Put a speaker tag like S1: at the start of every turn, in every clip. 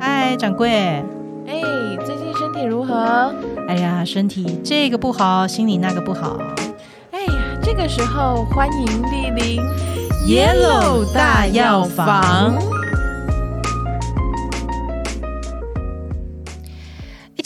S1: 嗨，掌柜。
S2: 哎，最近身体如何？
S1: 哎呀，身体这个不好，心里那个不好。
S2: 哎呀，这个时候欢迎莅临
S1: Yellow 大药房。
S3: 哎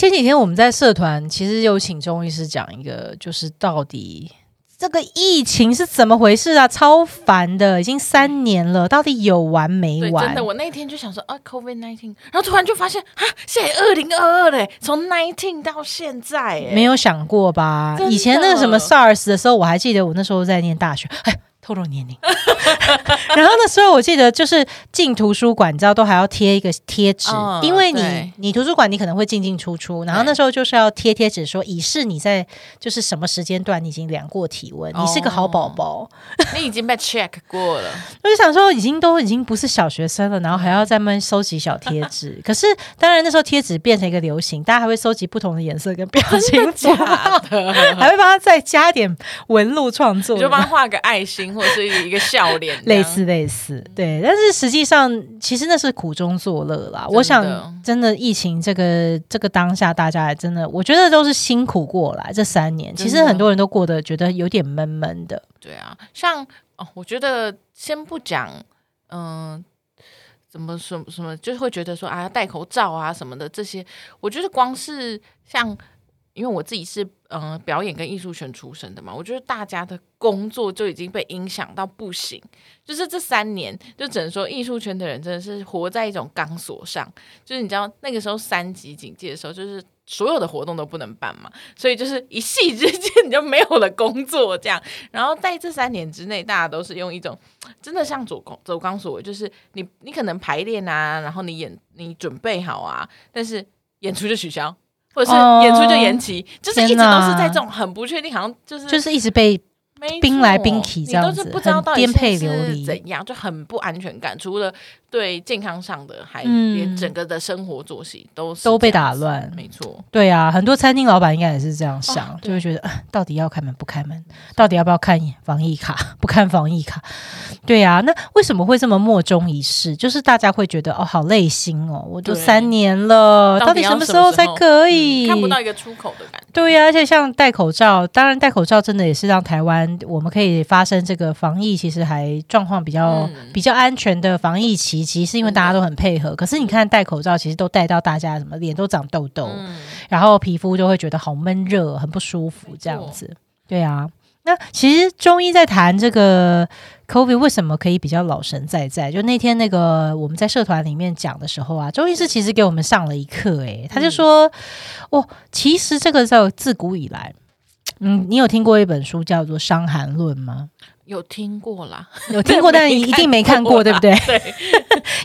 S3: 前几天我们在社团其实有请钟医师讲一个，就是到底这个疫情是怎么回事啊？超烦的，已经三年了，到底有完没
S2: 对，
S3: 完
S2: 真的，？我那天就想说啊，COVID nineteen，然后突然就发现啊，现在二零二二嘞，从 nineteen 到现在，哎
S3: 没有想过吧
S2: 真？的
S3: 以前那个什么 SARS 的时候，我还记得我那时候在念大学，哎，透露年龄。 然后那时候我记得就是进图书馆，你知道都还要贴一个贴纸，
S2: 嗯
S3: 因为你
S2: 对
S3: 你图书馆你可能会进进出出，然后
S2: 对
S3: 那时候就是要贴贴纸说以示你在就是什么时间段你已经量过体
S2: 哦
S3: 温，你是个好宝宝。
S2: 你已经被 check 过了，
S3: 我就想说，已经都已经不是小学生了，然后还要再们收集小贴 纸。可是当然那时候贴纸变成一个流行，大家还会收集不同的颜色跟表情符号， 还会帮他再加点纹路创作，，
S2: 你就帮他画个爱心或者是一个笑脸
S3: 类似类似，对。但是实际上，其实那是苦中作乐啦。
S2: 的
S3: 我想，真的疫情这个这个当下，大家也真的，我觉得都是辛苦过来这三年。其实
S2: 真的
S3: 很多人都过得觉得有点闷闷的。
S2: 这样。对啊，像哦，我觉得先不讲，嗯、怎么什么什么，就是会觉得说啊，戴口罩啊什么的这些，我觉得光是像，因为我自己是嗯、呃表演跟艺术圈出身的嘛，我觉得大家的工作就已经被影响到不行。就是这三年，就只能说艺术圈的人真的是活在一种钢索上。就是你知道那个时候三级警戒的时候，就是所有的活动都不能办嘛，所以就是一夕之间你就没有了工作这样。然后在这三年之内，大家都是用一种真的像走钢走钢索，就是你你可能排练啊，然后你演你准备好啊，但是演出就取消。或者是
S3: 哦
S2: 演出就 延期就是一直
S3: 天
S2: 都
S3: 哪
S2: 是在这种很不确定，好像就是
S3: 就是一直被
S2: 没错
S3: 冰来冰去这样
S2: 你
S3: 子
S2: 都是不知道到底
S3: 很颠沛
S2: 现在是
S3: 流离
S2: 怎样，就很不安全感。除了对健康上的，还
S3: 嗯
S2: 连整个的生活作息都是
S3: 都被
S2: 这样子
S3: 打乱
S2: 没错，
S3: 对啊，很多餐厅老板应该也是这样想，
S2: 哦对
S3: 就会觉得、啊到底要开门不开门，到底要不要看防疫卡 不看防疫卡？对啊，那为什么会这么莫衷一是？就是大家会觉得哦，好累心哦，我都
S2: 对
S3: 三年了，
S2: 到
S3: 到
S2: 底
S3: 底
S2: 要
S3: 什么
S2: 什
S3: 时
S2: 么
S3: 候
S2: 时
S3: 才
S2: 候
S3: 可以？
S2: 嗯看不到一个出口的感觉。
S3: 对啊呀、而且像戴口罩，当然戴口罩真的也是让台湾我们可以发生这个防疫，其实还状况比较、
S2: 嗯
S3: 哦比较安全的防疫奇迹，是因为
S2: 真的
S3: 大家都很配合。可是你看戴口罩，其实都戴到大家什么脸都长痘痘，
S2: 嗯，
S3: 然后皮肤就会觉得好闷热，很不舒服这样
S2: 没错
S3: 子。对啊，那其实中医在谈这个 COVID 为什么可以比较老神在在，就那天那个我们在社团里面讲的时候啊，中医师其实给我们上了一课、诶，他就说，哦，其实这个在自古以来。嗯，你有听过一本书叫做《伤寒论》吗？
S2: 有听过啦，
S3: 有听过，但你一定 没看过，对不对？
S2: 对，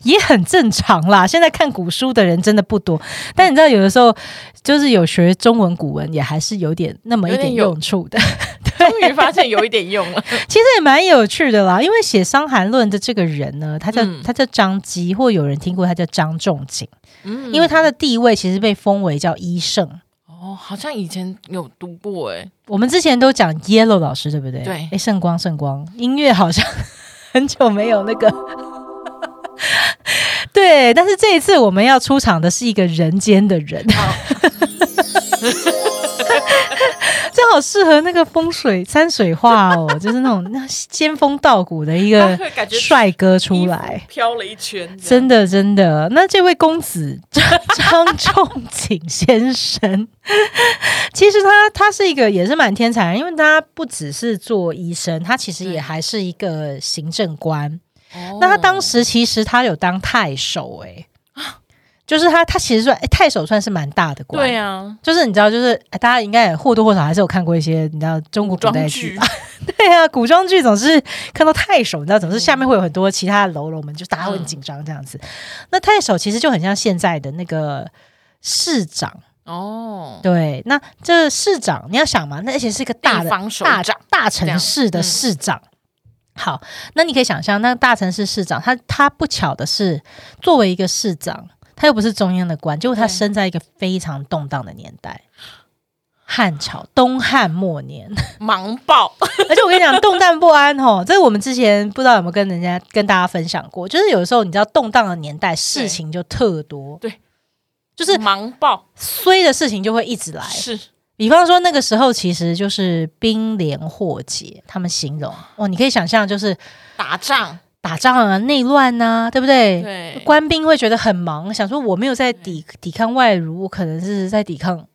S3: 也很正常啦。现在看古书的人真的不多，但你知道，有的时候就是有学中文古文，也还是有点那么一点
S2: 有点有
S3: 用处的。
S2: 终于发现有一点用了。
S3: 其实也蛮有趣的啦，因为写《伤寒论》的这个人呢，他叫、
S2: 嗯
S3: 他叫张机，或有人听过他叫张仲景，
S2: 嗯
S3: 因为他的地位其实被封为叫医圣。
S2: 哦，好像以前有读过哎，
S3: 我们之前都讲 Yellow 老师，对不对？
S2: 对
S3: 哎，圣光，圣光，音乐好像很久没有那个。对，但是这一次我们要出场的是一个人间的人，
S2: 哦
S3: 这好适合那个风水山水画哦，就是那种那仙风道骨的 一
S2: 他
S3: 个
S2: 会啊感觉
S3: 帅哥出
S2: 衣
S3: 来
S2: 服。飘了一圈，
S3: 真
S2: 的
S3: 的真的，那这位公子张张仲景先生， 其实他他是一个也是蛮天才的，因为他不只是做医生，他其实也
S2: 对
S3: 还是一个行政官。
S2: 哦
S3: 那他当时其实他有当太守、欸，就是他他其实算、哎太守算是蛮大的官，
S2: 对啊，
S3: 就是你知道，就是哎大家应该也或多或少还是有看过一些你知道中国古
S2: 装
S3: 代剧
S2: 剧
S3: 吧， 对啊，古装剧总是看到太守，你知道，
S2: 嗯
S3: 总是下面会有很多其他的喽啰们，就大家会很紧张这样子。那太守其实就很像现在的那个市长，
S2: 哦，
S3: 对，那这市长你要想嘛，那而且是一个大
S2: 地
S3: 的
S2: 方首
S3: 大
S2: 长，
S3: 大城市的市长。好，那你可以想象，那大城市市长，他他不巧的是，作为一个市长，他又不是中央的官，结果他
S2: 对
S3: 生在一个非常动荡的年代，汉朝东汉末年。
S2: 忙 爆，
S3: 而且我跟你讲，动荡不安吼，这个我们之前不知道有没有跟人家跟大家分享过，就是有时候你知道动荡的年代，事情就特多。
S2: 对，
S3: 就是
S2: 忙爆，
S3: 衰的事情就会一直来。
S2: 是
S3: 比方说那个时候其实就是兵连祸结，他们形容哦，你可以想象就是
S2: 打仗，
S3: 打仗啊、内乱呐、对不对？
S2: 对，
S3: 官兵会觉得很忙，想说我没有在抵抵抗外辱，我可能是在抵抗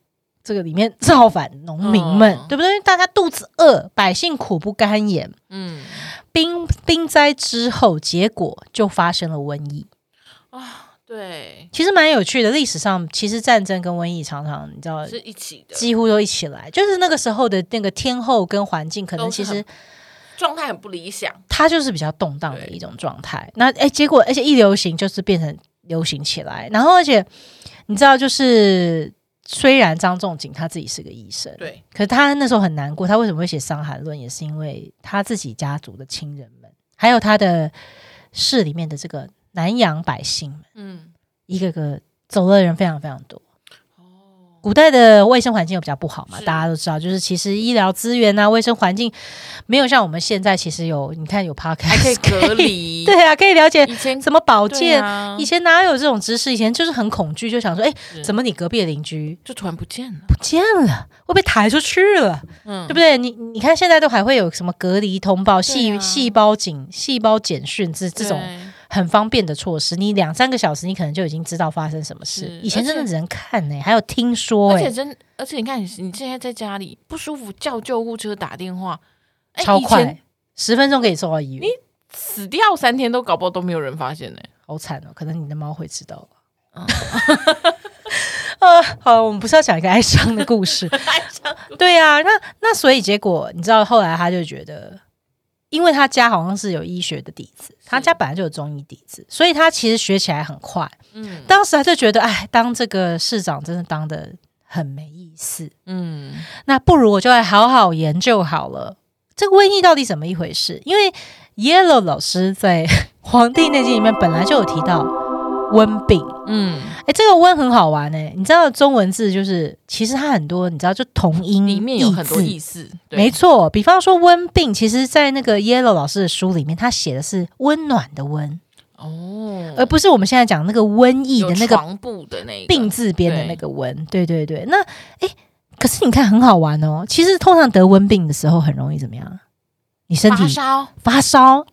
S3: 这个里面 造反农民们，
S2: 嗯
S3: 对不对？因为大家肚子饿，百姓苦不堪言。
S2: 嗯
S3: 兵兵灾之后，结果就发生了瘟疫，
S2: 啊，对，
S3: 其实蛮有趣的。历史上其实战争跟瘟疫常常你知道
S2: 是一起的，
S3: 几乎都一起来，就是那个时候的那个天候跟环境，可能
S2: 都
S3: 其
S2: 是
S3: 实
S2: 很状态很不理想，
S3: 它就是比较动荡的一种状态。那哎，结果而且一流行就是变成流行起来，然后而且你知道，就是虽然张仲景他自己是个医生，，
S2: 对，
S3: 可是他那时候很难过。他为什么会写《伤寒论》，也是因为他自己家族的亲人们，还有他的市里面的这个南洋百姓们，
S2: 嗯，
S3: 一个个走了的人非常非常多。
S2: 哦，
S3: 古代的卫生环境又比较不好嘛，
S2: 是
S3: 大家都知道，就是其实医疗资源啊、卫生环境没有像我们现在，其实有你看有 podcast
S2: 还可以隔 离，
S3: 对啊，可以了解
S2: 以前
S3: 怎么保
S2: 对
S3: 健。
S2: 啊
S3: 以前哪有这种知识？以前就是很恐惧，就想说，哎、
S2: 是
S3: 怎么你隔壁的邻居
S2: 就突然不见了，
S3: 不见了，会被抬出去了，
S2: 嗯，
S3: 对不对？你你看现在都还会有什么隔离通报、细
S2: 对啊
S3: 细胞检、细胞简讯这这种
S2: 对
S3: 很方便的措施，你两三个小时你可能就已经知道发生什么事
S2: 是。
S3: 以前真的
S2: 而且
S3: 只能看呢、还有听说、
S2: 而
S3: 欸，
S2: 且真，而且你看，你你现在在家里不舒服，叫救护车打电话，哎
S3: 超，
S2: 以前
S3: 快，十分钟可以送到医院，
S2: 死掉三天都搞不好都没有人发现呢、
S3: 好惨哦！可能你的猫会知道吧。
S2: 嗯
S3: 呃，好，我们不是要讲一个哀伤的故 事，对啊，那那所以结果你知道，后来他就觉得，因为他家好像是有医学的底子，他家本来就有中医底子，所以他其实学起来很快。
S2: 嗯
S3: 当时他就觉得，哎，当这个市长真的当的很没意思，
S2: 嗯，
S3: 那不如我就来好好研究好了，这个瘟疫到底怎么一回事？因为 Yellow 老师在《黄帝内经》里面本来就有提到瘟病，
S2: 嗯，
S3: 哎，这个瘟很好玩哎、你知道中文字就是其实它很多，你知道就同音
S2: 里面有很多
S3: 字
S2: 意思，对
S3: 没错，比方说温病，其实，在那个 Yellow 老师的书里面，他写的是温暖的温，
S2: 哦，
S3: 而不是我们现在讲那个瘟疫
S2: 有
S3: 呃的那个
S2: 床布的那个
S3: 病字边的那个温。对对对，那诶，可是你看很好玩哦。其实通常得温病的时候，很容易怎么样？你身
S2: 发
S3: 体
S2: 烧，
S3: 发烧，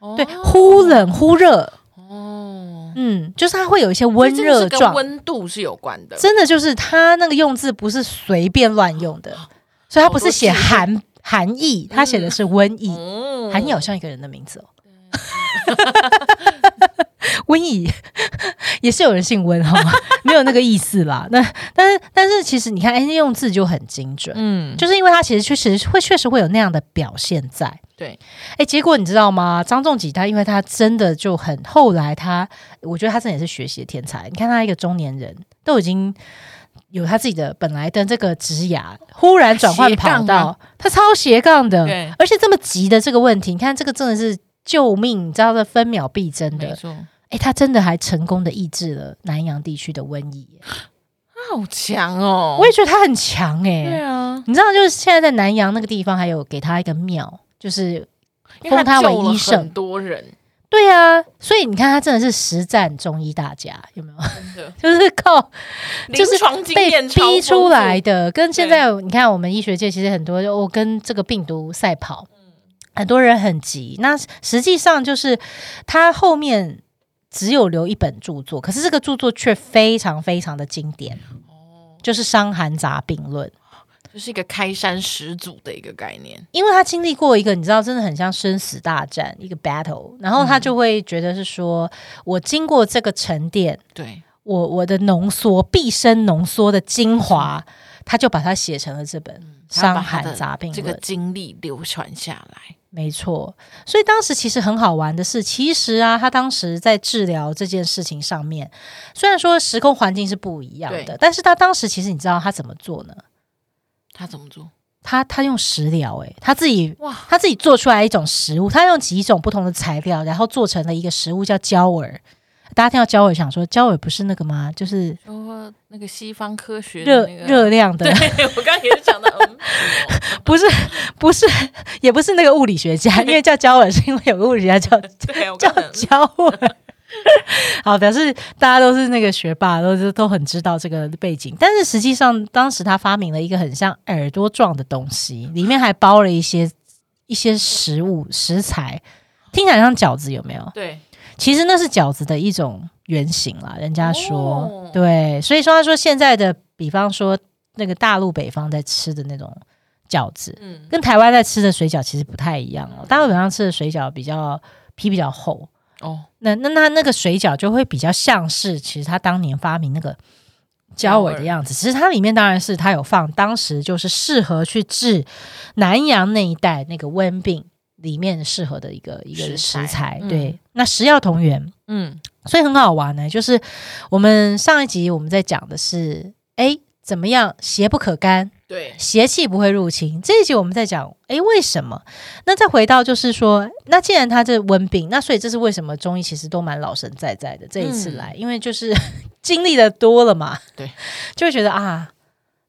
S2: 哦
S3: 对，忽冷忽热，
S2: 哦，
S3: 嗯，就是它会有一些温
S2: 所以哦这
S3: 热
S2: 个是
S3: 状
S2: 跟，温度是有关的，
S3: 真的就是它那个用字不是随便乱用的，所以它不是写
S2: 哦好多字嗯
S3: 寒寒疫，它写的是瘟疫。
S2: 哦
S3: 韩毅好像一个人的名字哦。 瘟疫 也是有人姓温哈， 没有那个意思啦。那但是但是，其实你看，哎，那用字就很精准，
S2: 嗯，
S3: 就是因为他其实确实会确实会有那样的表现在。
S2: 对，
S3: 哎，结果你知道吗？张仲景他因为他真的就很后来他，我觉得他真的也是学习的天才。你看他一个中年人都已经有他自己的本来的这个职涯，忽然转换
S2: 斜杠
S3: 跑
S2: 吗
S3: 道，他超斜杠的。
S2: 对，
S3: 而且这么急的这个问题，你看这个真的是救命，你知道的分秒必争
S2: 没
S3: 的。
S2: 错，
S3: 诶，他真的还成功的抑制了南洋地区的瘟疫
S2: 哦
S3: 耶，
S2: 好强哦，
S3: 我也觉得他很强诶。
S2: 对啊，
S3: 你知道，就是现在在南洋那个地方，还有给他一个庙，就是
S2: 因为
S3: 封他为
S2: 救了
S3: 医圣
S2: 很多人，
S3: 对啊，所以你看他真的是实战中医大家，有没有？
S2: 真
S3: 就
S2: 的。
S3: 是靠就是
S2: 临床经
S3: 被
S2: 验超
S3: 逼
S2: 丰
S3: 出
S2: 富
S3: 来，的，跟现在你看我们医学界其实很多，我、跟这个病毒赛跑，
S2: 嗯
S3: 很多人很急。那实际上就是他后面只有留一本著作，可是这个著作却非常非常的经典，
S2: 哦
S3: 就是《伤寒杂病论》。
S2: 就是一个开山始祖的一个概念。
S3: 因为他经历过一个，你知道，真的很像生死大战一个 battle，然后
S2: 嗯
S3: 他就会觉得是说，我经过这个沉淀，
S2: 对，
S3: 我我的浓缩，毕生浓缩的精华，他就把它写成了这本《
S2: 嗯他把
S3: 伤
S2: 他的
S3: 寒杂病
S2: 这
S3: 论》
S2: 个经历流传下来，
S3: 没错，所以当时其实很好玩的是，其实啊，他当时在治疗这件事情上面，虽然说时空环境是不一样的
S2: 对，
S3: 但是他当时其实你知道他怎么做呢？
S2: 他怎么做？
S3: 他他用食疗，诶，他自己
S2: 哇
S3: 他自己做出来一种食物，他用几种不同的材料，然后做成了一个食物叫胶耳。大家听到胶耳，想说胶耳不是那个吗？就是
S2: 说那个西方科学
S3: 热
S2: 的那个，
S3: 热量的，
S2: 对我刚刚也是讲到， 嗯什么
S3: 不是 不是，也不是那个物理学家，因为叫胶耳是因为有个物理学家叫
S2: 对，我
S3: 叫
S2: 刚刚
S3: 胶耳。好，表示大家都是那个学霸，都是都很知道这个背景。但是实际上，当时他发明了一个很像耳朵状的东西，里面还包了一些一些食物食材，听起来像饺子，有没有？
S2: 对，
S3: 其实那是饺子的一种原型啦。人家说，
S2: 哦
S3: 对，所以说他说现在的，比方说那个大陆北方在吃的那种饺子，
S2: 嗯，
S3: 跟台湾在吃的水饺其实不太一样哦。大陆北方吃的水饺比较皮比较厚，
S2: 哦，
S3: 那那那那个水饺就会比较像是其实他当年发明那个焦耳的样子。其实它里面当然是它有放当时就是适合去治南洋那一带那个瘟病里面适合的一个一个
S2: 食
S3: 食
S2: 材
S3: 材。
S2: 嗯
S3: 对，那食药同源，
S2: 嗯，
S3: 所以很好玩呢、就是我们上一集我们在讲的是，哎，怎么样邪不可干，
S2: 对，
S3: 邪气不会入侵。这一集我们在讲，诶，为什么？那再回到就是说，那既然它这温病，那所以这是为什么中医其实都蛮老神在在的。这一次来，因为就是经历的多了嘛，
S2: 嗯对，
S3: 就会觉得啊，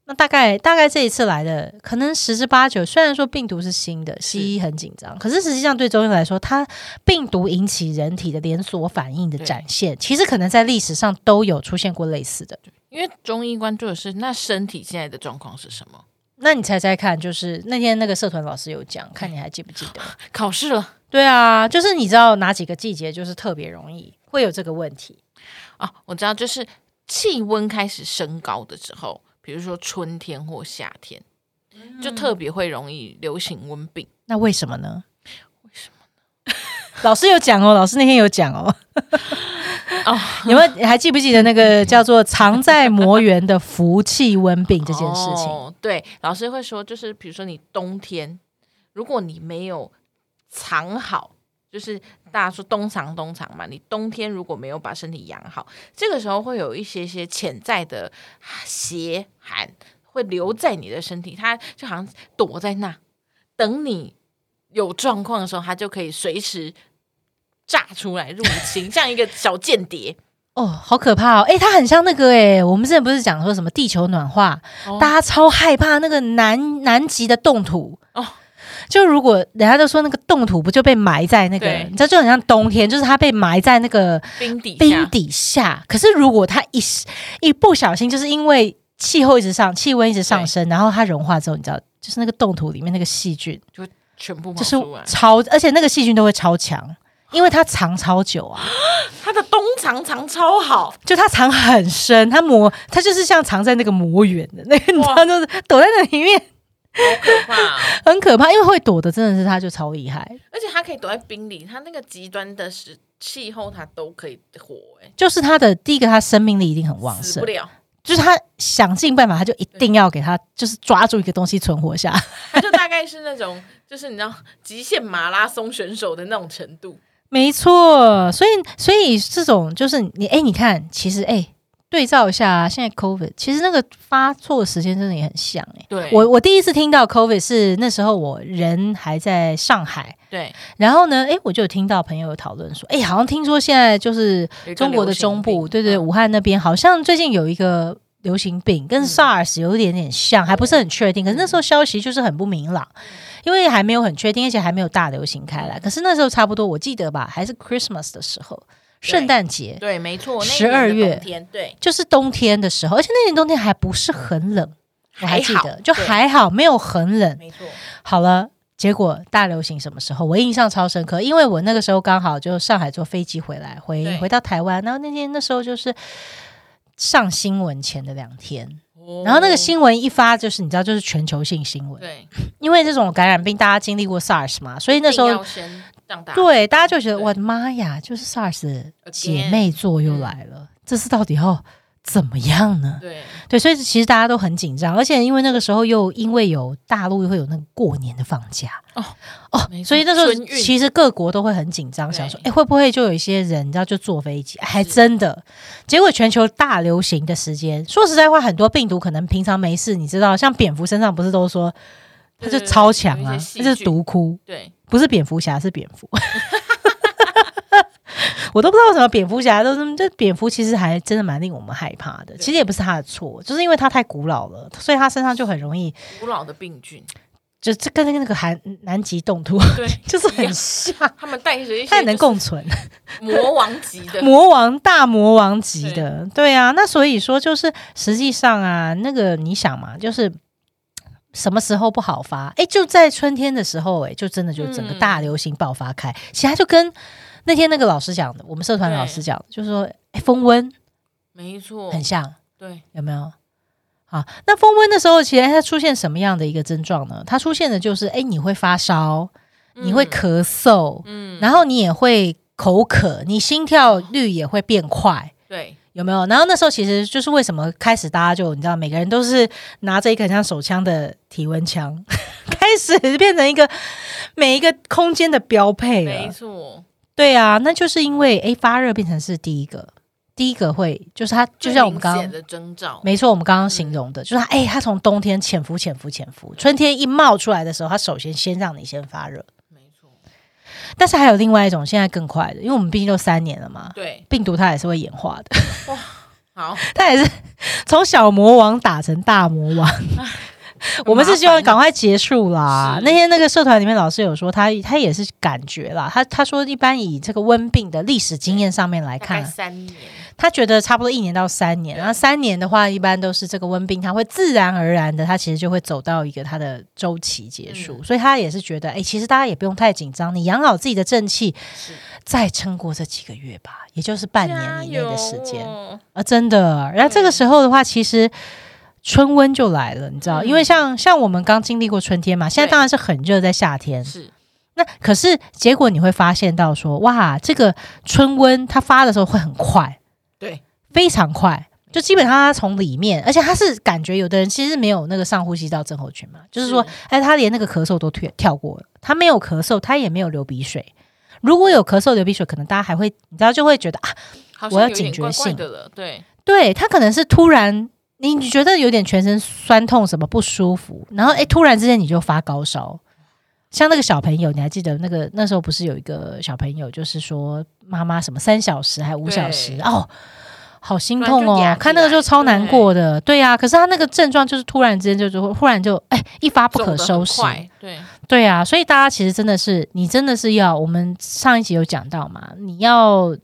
S3: 那大概大概这一次来的，可能十之八九，虽然说病毒是新的，西医很紧张，可是实际上对中医来说，它病毒引起人体的连锁反应的
S2: 对
S3: 展现，其实可能在历史上都有出现过类似的。
S2: 因为中医关注的是那身体现在的状况是什么？
S3: 那你猜猜看，就是那天那个社团老师有讲，看你还记不记得？
S2: 考试了
S3: 对啊，就是你知道哪几个季节就是特别容易会有这个问题。
S2: 啊，我知道，就是气温开始升高的时候，比如说春天或夏天，就特别会容易流行瘟病。
S3: 那为什么呢？为什么呢？ 老师有讲哦，老师那天有讲哦。
S2: 哦，
S3: 你们还记不记得那个叫做“藏在魔源”的福气温病这件事情？
S2: 哦、对，老师会说，就是比如说你冬天，如果你没有藏好，就是大家说冬藏冬藏嘛，你冬天如果没有把身体养好，这个时候会有一些些潜在的邪寒会留在你的身体，它就好像躲在那，等你有状况的时候，它就可以随时。炸出来入侵，像一个小间谍，
S3: 哦，好可怕哦！哎，它很像那个哎，我们之前不是讲说什么地球暖化，
S2: 哦
S3: 大家超害怕那个南南极的冻土
S2: 哦
S3: 就如果人家就说那个冻土不就被埋在那个，
S2: 对
S3: 你知道就很像冬天，就是它被埋在那个
S2: 冰底下
S3: 冰底下。可是如果它一一不小心，就是因为气候一直上，气温一直上升，然后它融化之后，你知道，就是那个冻土里面那个细菌，
S2: 全部冒
S3: 就是
S2: 出来。
S3: 超，而且那个细菌都会超强，因为它藏超久啊。
S2: 它的冬藏藏超好，
S3: 就它藏很深，它磨，它就是像藏在那个魔园的那个，你知道，
S2: 哇
S3: 就是躲在那里面
S2: 好可怕、哦！
S3: 很可怕，因为会躲的真的是它就超厉害，
S2: 而且它可以躲在冰里，它那个极端的时气候它都可以活、欸，
S3: 就是它的第一个，它生命力一定很旺
S2: 死
S3: 盛
S2: 不，了，
S3: 就是它想尽办法，它就一定要给它就是抓住一个东西存活 下来。
S2: 它就大概是那种就是你知道极限马拉松选手的那种程度。
S3: 没错，所以所以这种就是你哎，你看，其实哎，对照一下、啊、现在 COVID，其实那个发作的时间真的也很像哎、
S2: 对
S3: 我我第一次听到 COVID 是那时候我人还在上海，
S2: 对
S3: 然后呢，哎诶，我就有听到朋友有讨论说，哎诶，好像听说现在就是
S2: 有一个
S3: 中国的中
S2: 流行
S3: 部，
S2: 病
S3: 对对，
S2: 嗯
S3: 武汉那边好像最近有一个流行病，跟
S2: 嗯
S3: SARS 有一点点像，还不是很确定。可是那时候消息就是很不明朗，因为还没有很确定，而且还没有大流行开
S2: 嗯
S3: 来。可是那时候差不多，我记得吧，还是 Christmas 的时候，
S2: 对
S3: 圣诞节，
S2: 对，没错，那一
S3: 12
S2: 年的
S3: 月
S2: 冬天，对，
S3: 就是冬天的时候，而且那年冬天还不是很冷，我还记
S2: 好
S3: 得，就
S2: 对
S3: 还好，没有很冷。
S2: 没错，
S3: 好了，结果大流行什么时候？我印象超深刻，因为我那个时候刚好就上海坐飞机回来，回
S2: 对
S3: 回到台湾，然后那天那时候就是上新闻前的两天，
S2: 哦
S3: 然后那个新闻一发，就是你知道，就是全球性新闻，
S2: 对，
S3: 因为这种感染病大家经历过 SARS 嘛，所以那时
S2: 一定
S3: 候
S2: 要。先让大家
S3: 对，大家就觉得
S2: 对
S3: 我的妈呀，就是 SARS 的
S2: Again
S3: 姐妹作又来了，这次到底要怎么样呢？
S2: 对
S3: 对，所以其实大家都很紧张，而且因为那个时候又因为有大陆又会有那个过年的放假
S2: 哦
S3: 哦
S2: 没，错
S3: 所以那时候
S2: 春运
S3: 其实各国都会很紧张，
S2: 对
S3: 想说哎会不会就有一些人你知道就坐飞机，哎还
S2: 是
S3: 真的，结果全球大流行的时间，说实在话，很多病毒可能平常没事，你知道，像蝙蝠身上不是都说它
S2: 对
S3: 就
S2: 对对
S3: 超强
S2: 有
S3: 啊
S2: 一些，细
S3: 它就是
S2: 菌
S3: 毒窟，
S2: 对，
S3: 不是蝙蝠侠，是蝙蝠。 我都不知道为什么蝙蝠侠都是这蝙蝠，其实还真的蛮令我们害怕的。
S2: 对
S3: 其实也不是他的错，就是因为他太古老了，所以他身上就很容易
S2: 古老的病菌，
S3: 就这跟那个那个韩南极冻土
S2: 对
S3: 就是
S2: 一
S3: 很
S2: 样
S3: 像，
S2: 他们带着一
S3: 它
S2: 些
S3: 也能
S2: 就是
S3: 共存。
S2: 魔王级的，
S3: 魔王大魔王级的，对啊。那所以说，就是实际上啊，那个你想嘛，就是什么时候不好发？哎，就在春天的时候，哎，就真的就整个
S2: 嗯
S3: 大流行爆发开。其他就跟那天那个老师讲的，我们社团老师讲的，就是说，哎，风温
S2: 没错，
S3: 很像，
S2: 对，
S3: 有没有？好，那风温的时候，其实它出现什么样的一个症状呢？它出现的就是，哎，你会发烧，你会
S2: 嗯，
S3: 咳嗽，
S2: 嗯
S3: 然后你也会口渴，你心跳率也会变快。
S2: 对，
S3: 有没有？然后那时候其实就是为什么开始大家就你知道，每个人都是拿着一个很像手枪的体温枪， 开始变成一个每一个空间的标配
S2: 没
S3: 了。
S2: 错，
S3: 对啊，那就是因为诶发热变成是第一个，第一个会就是它，就像我们刚
S2: 最
S3: 刚
S2: 明显的嗯征兆，
S3: 没错，我们刚刚形容的，就是它诶，它从冬天潜伏、潜伏、潜伏，春天一冒出来的时候，它首先先让你先发热。
S2: 没错，
S3: 但是还有另外一种现在更快的，因为我们毕竟都三年了嘛，
S2: 对，
S3: 病毒它也是会演化的。
S2: 好，
S3: 他也是从小魔王打成大魔 王。我们是希望赶快结束啦。
S2: 是
S3: 那天那个社团里面老师有说他，他也是感觉啦，他他说一般以这个温病的历史经验上面来
S2: 大概
S3: 看，啊
S2: 三年，
S3: 他觉得差不多一年到三年，
S2: 对
S3: 然后三年的话，一般都是这个温病，它会自然而然的，它其实就会走到一个它的周期结束。
S2: 嗯
S3: 所以他也是觉得，哎、其实大家也不用太紧张，你养好自己的正气，
S2: 是
S3: 再撑过这几个月吧，也就是半年以内的时间。
S2: 加油嗯
S3: 啊，真的。然后这个时候的话，其实春温就来了，你知道，
S2: 嗯
S3: 因为像像我们刚经历过春天嘛，现在
S2: 对
S3: 当然是很热，在夏天。
S2: 是
S3: 那可是结果你会发现到说，哇，这个春温它发的时候会很快，
S2: 对，
S3: 非常快。就基本上它从里面，而且它是感觉有的人其实没有那个上呼吸道症候群嘛，就是说，哎，他连那个咳嗽都跳跳过了，他没有咳嗽，他也没有流鼻水。如果有咳嗽流鼻水，可能大家还会，你知道就会觉得啊，
S2: 好
S3: 我
S2: 像
S3: 要
S2: 有点
S3: 警觉
S2: 怪怪
S3: 性
S2: 的了，对，
S3: 对他可能是突然，你觉得有点全身酸痛，什么不舒服，然后诶，突然之间你就发高烧。像那个小朋友，你还记得那个那时候不是有一个小朋友，就是说妈妈什么三小时还五小时
S2: 对
S3: 哦，好心
S2: 突然
S3: 痛
S2: 就
S3: 哦
S2: 压，
S3: 看
S2: 起
S3: 那个
S2: 来
S3: 就超难
S2: 对
S3: 过的，对呀、啊。可是他那个症状就是突然之间就就忽然就哎、一发不
S2: 走
S3: 可
S2: 得
S3: 收
S2: 很
S3: 拾，
S2: 快，对，
S3: 对啊，所以大家其实真的是，你真的是要，我们上一集有讲到嘛，你要，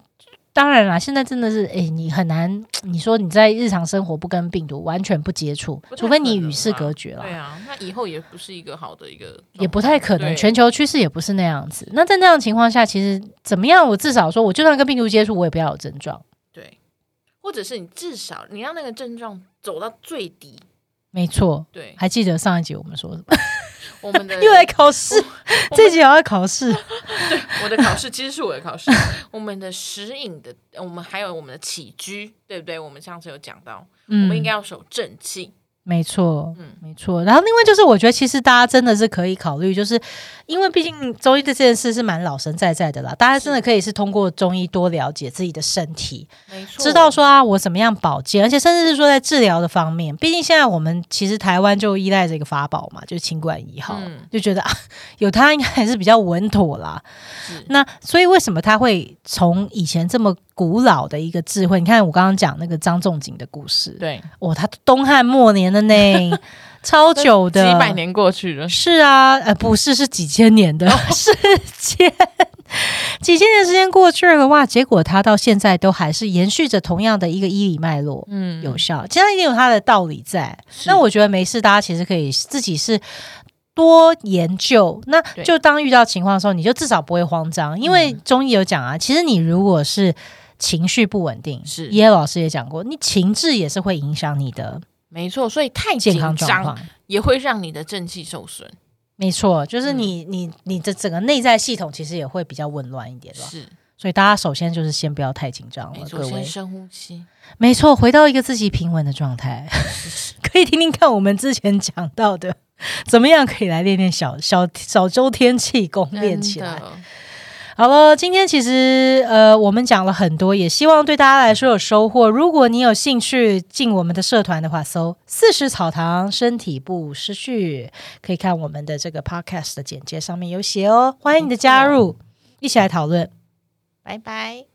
S3: 当然啦，现在真的是，诶，你很难，你说你在日常生活不跟病毒完全不接触
S2: 不，太
S3: 除非
S2: 可
S3: 你
S2: 能
S3: 与世
S2: 啦
S3: 隔绝啦
S2: 对。啊，那以后也不是一个好的一个状态，
S3: 也不太可能，
S2: 对
S3: 全球趋势也不是那样子。那在那样的情况下，其实怎么样？我至少说，我就算跟病毒接触，我也不要有症状。
S2: 对，或者是你至少你让那个症状走到最低，
S3: 没错，
S2: 对，
S3: 还记得上一集我们说什么？
S2: 我们的
S3: 又来考试， 这集也要考 试。
S2: 我的考试其实是我的考试， 我们的食饮的，我们还有我们的起居，对不对？我们上次有讲到，我
S3: 嗯
S2: 们应该要守正气，
S3: 没错，
S2: 嗯
S3: 没错。然后另外就是，我觉得其实大家真的是可以考虑，就是因为毕竟中医的这件事是蛮老生在在的啦，大家真的可以是通过中医多了解自己的身体，
S2: 没错，
S3: 知道说啊我怎么样保健，而且甚至是说在治疗的方面，毕竟现在我们其实台湾就依赖这个法宝嘛，就是清冠一号，
S2: 嗯
S3: 就觉得啊有它应该还是比较稳妥啦。
S2: 是
S3: 那所以为什么他会从以前这么古老的一个智慧？你看我刚刚讲那个张仲景的故事，
S2: 对，
S3: 哇，他东汉末年的 呢，超久的，
S2: 几百。年过去了，哦
S3: 是啊，呃，不是，是几千年 的时间，几千年时间过去了，哇，结果他到现在都还是延续着同样的一个医理脉络。
S2: 嗯，
S3: 有效，其实它一定有它的道理在。
S2: 是
S3: 那我觉得没事，大家其实可以自己是多研究。那
S2: 对嗯
S3: 就当遇到情况的时候，你就至少不会慌张，因为中医有讲啊，其实你如果是情绪不稳定，
S2: 是
S3: 耶老师也讲过，你情志也是会影响你的
S2: 没错，所以太
S3: 健
S2: 紧
S3: 康状
S2: 张
S3: 况。
S2: 也会让你的正气受损，
S3: 没错，就是
S2: 嗯
S3: 你、你你的整个内在系统其实也会比较紊乱一点吧。
S2: 是
S3: 所以大家首先就是先不要太紧张
S2: 没
S3: 了，
S2: 错，
S3: 各
S2: 先
S3: 位。
S2: 深呼吸，
S3: 没错，回到一个自己平稳的状 态， 可以听听看我们之前讲到的，怎么样可以来练练小小小周天气功练起来
S2: 真。的
S3: 好了，今天其实呃，我们讲了很多，也希望对大家来说有收获。如果你有兴趣进我们的社团的话，搜“四十草堂身体不失序”，可以看我们的这个 podcast 的简介上面有写哦。欢迎你的加入，一起来讨论。
S2: 拜拜。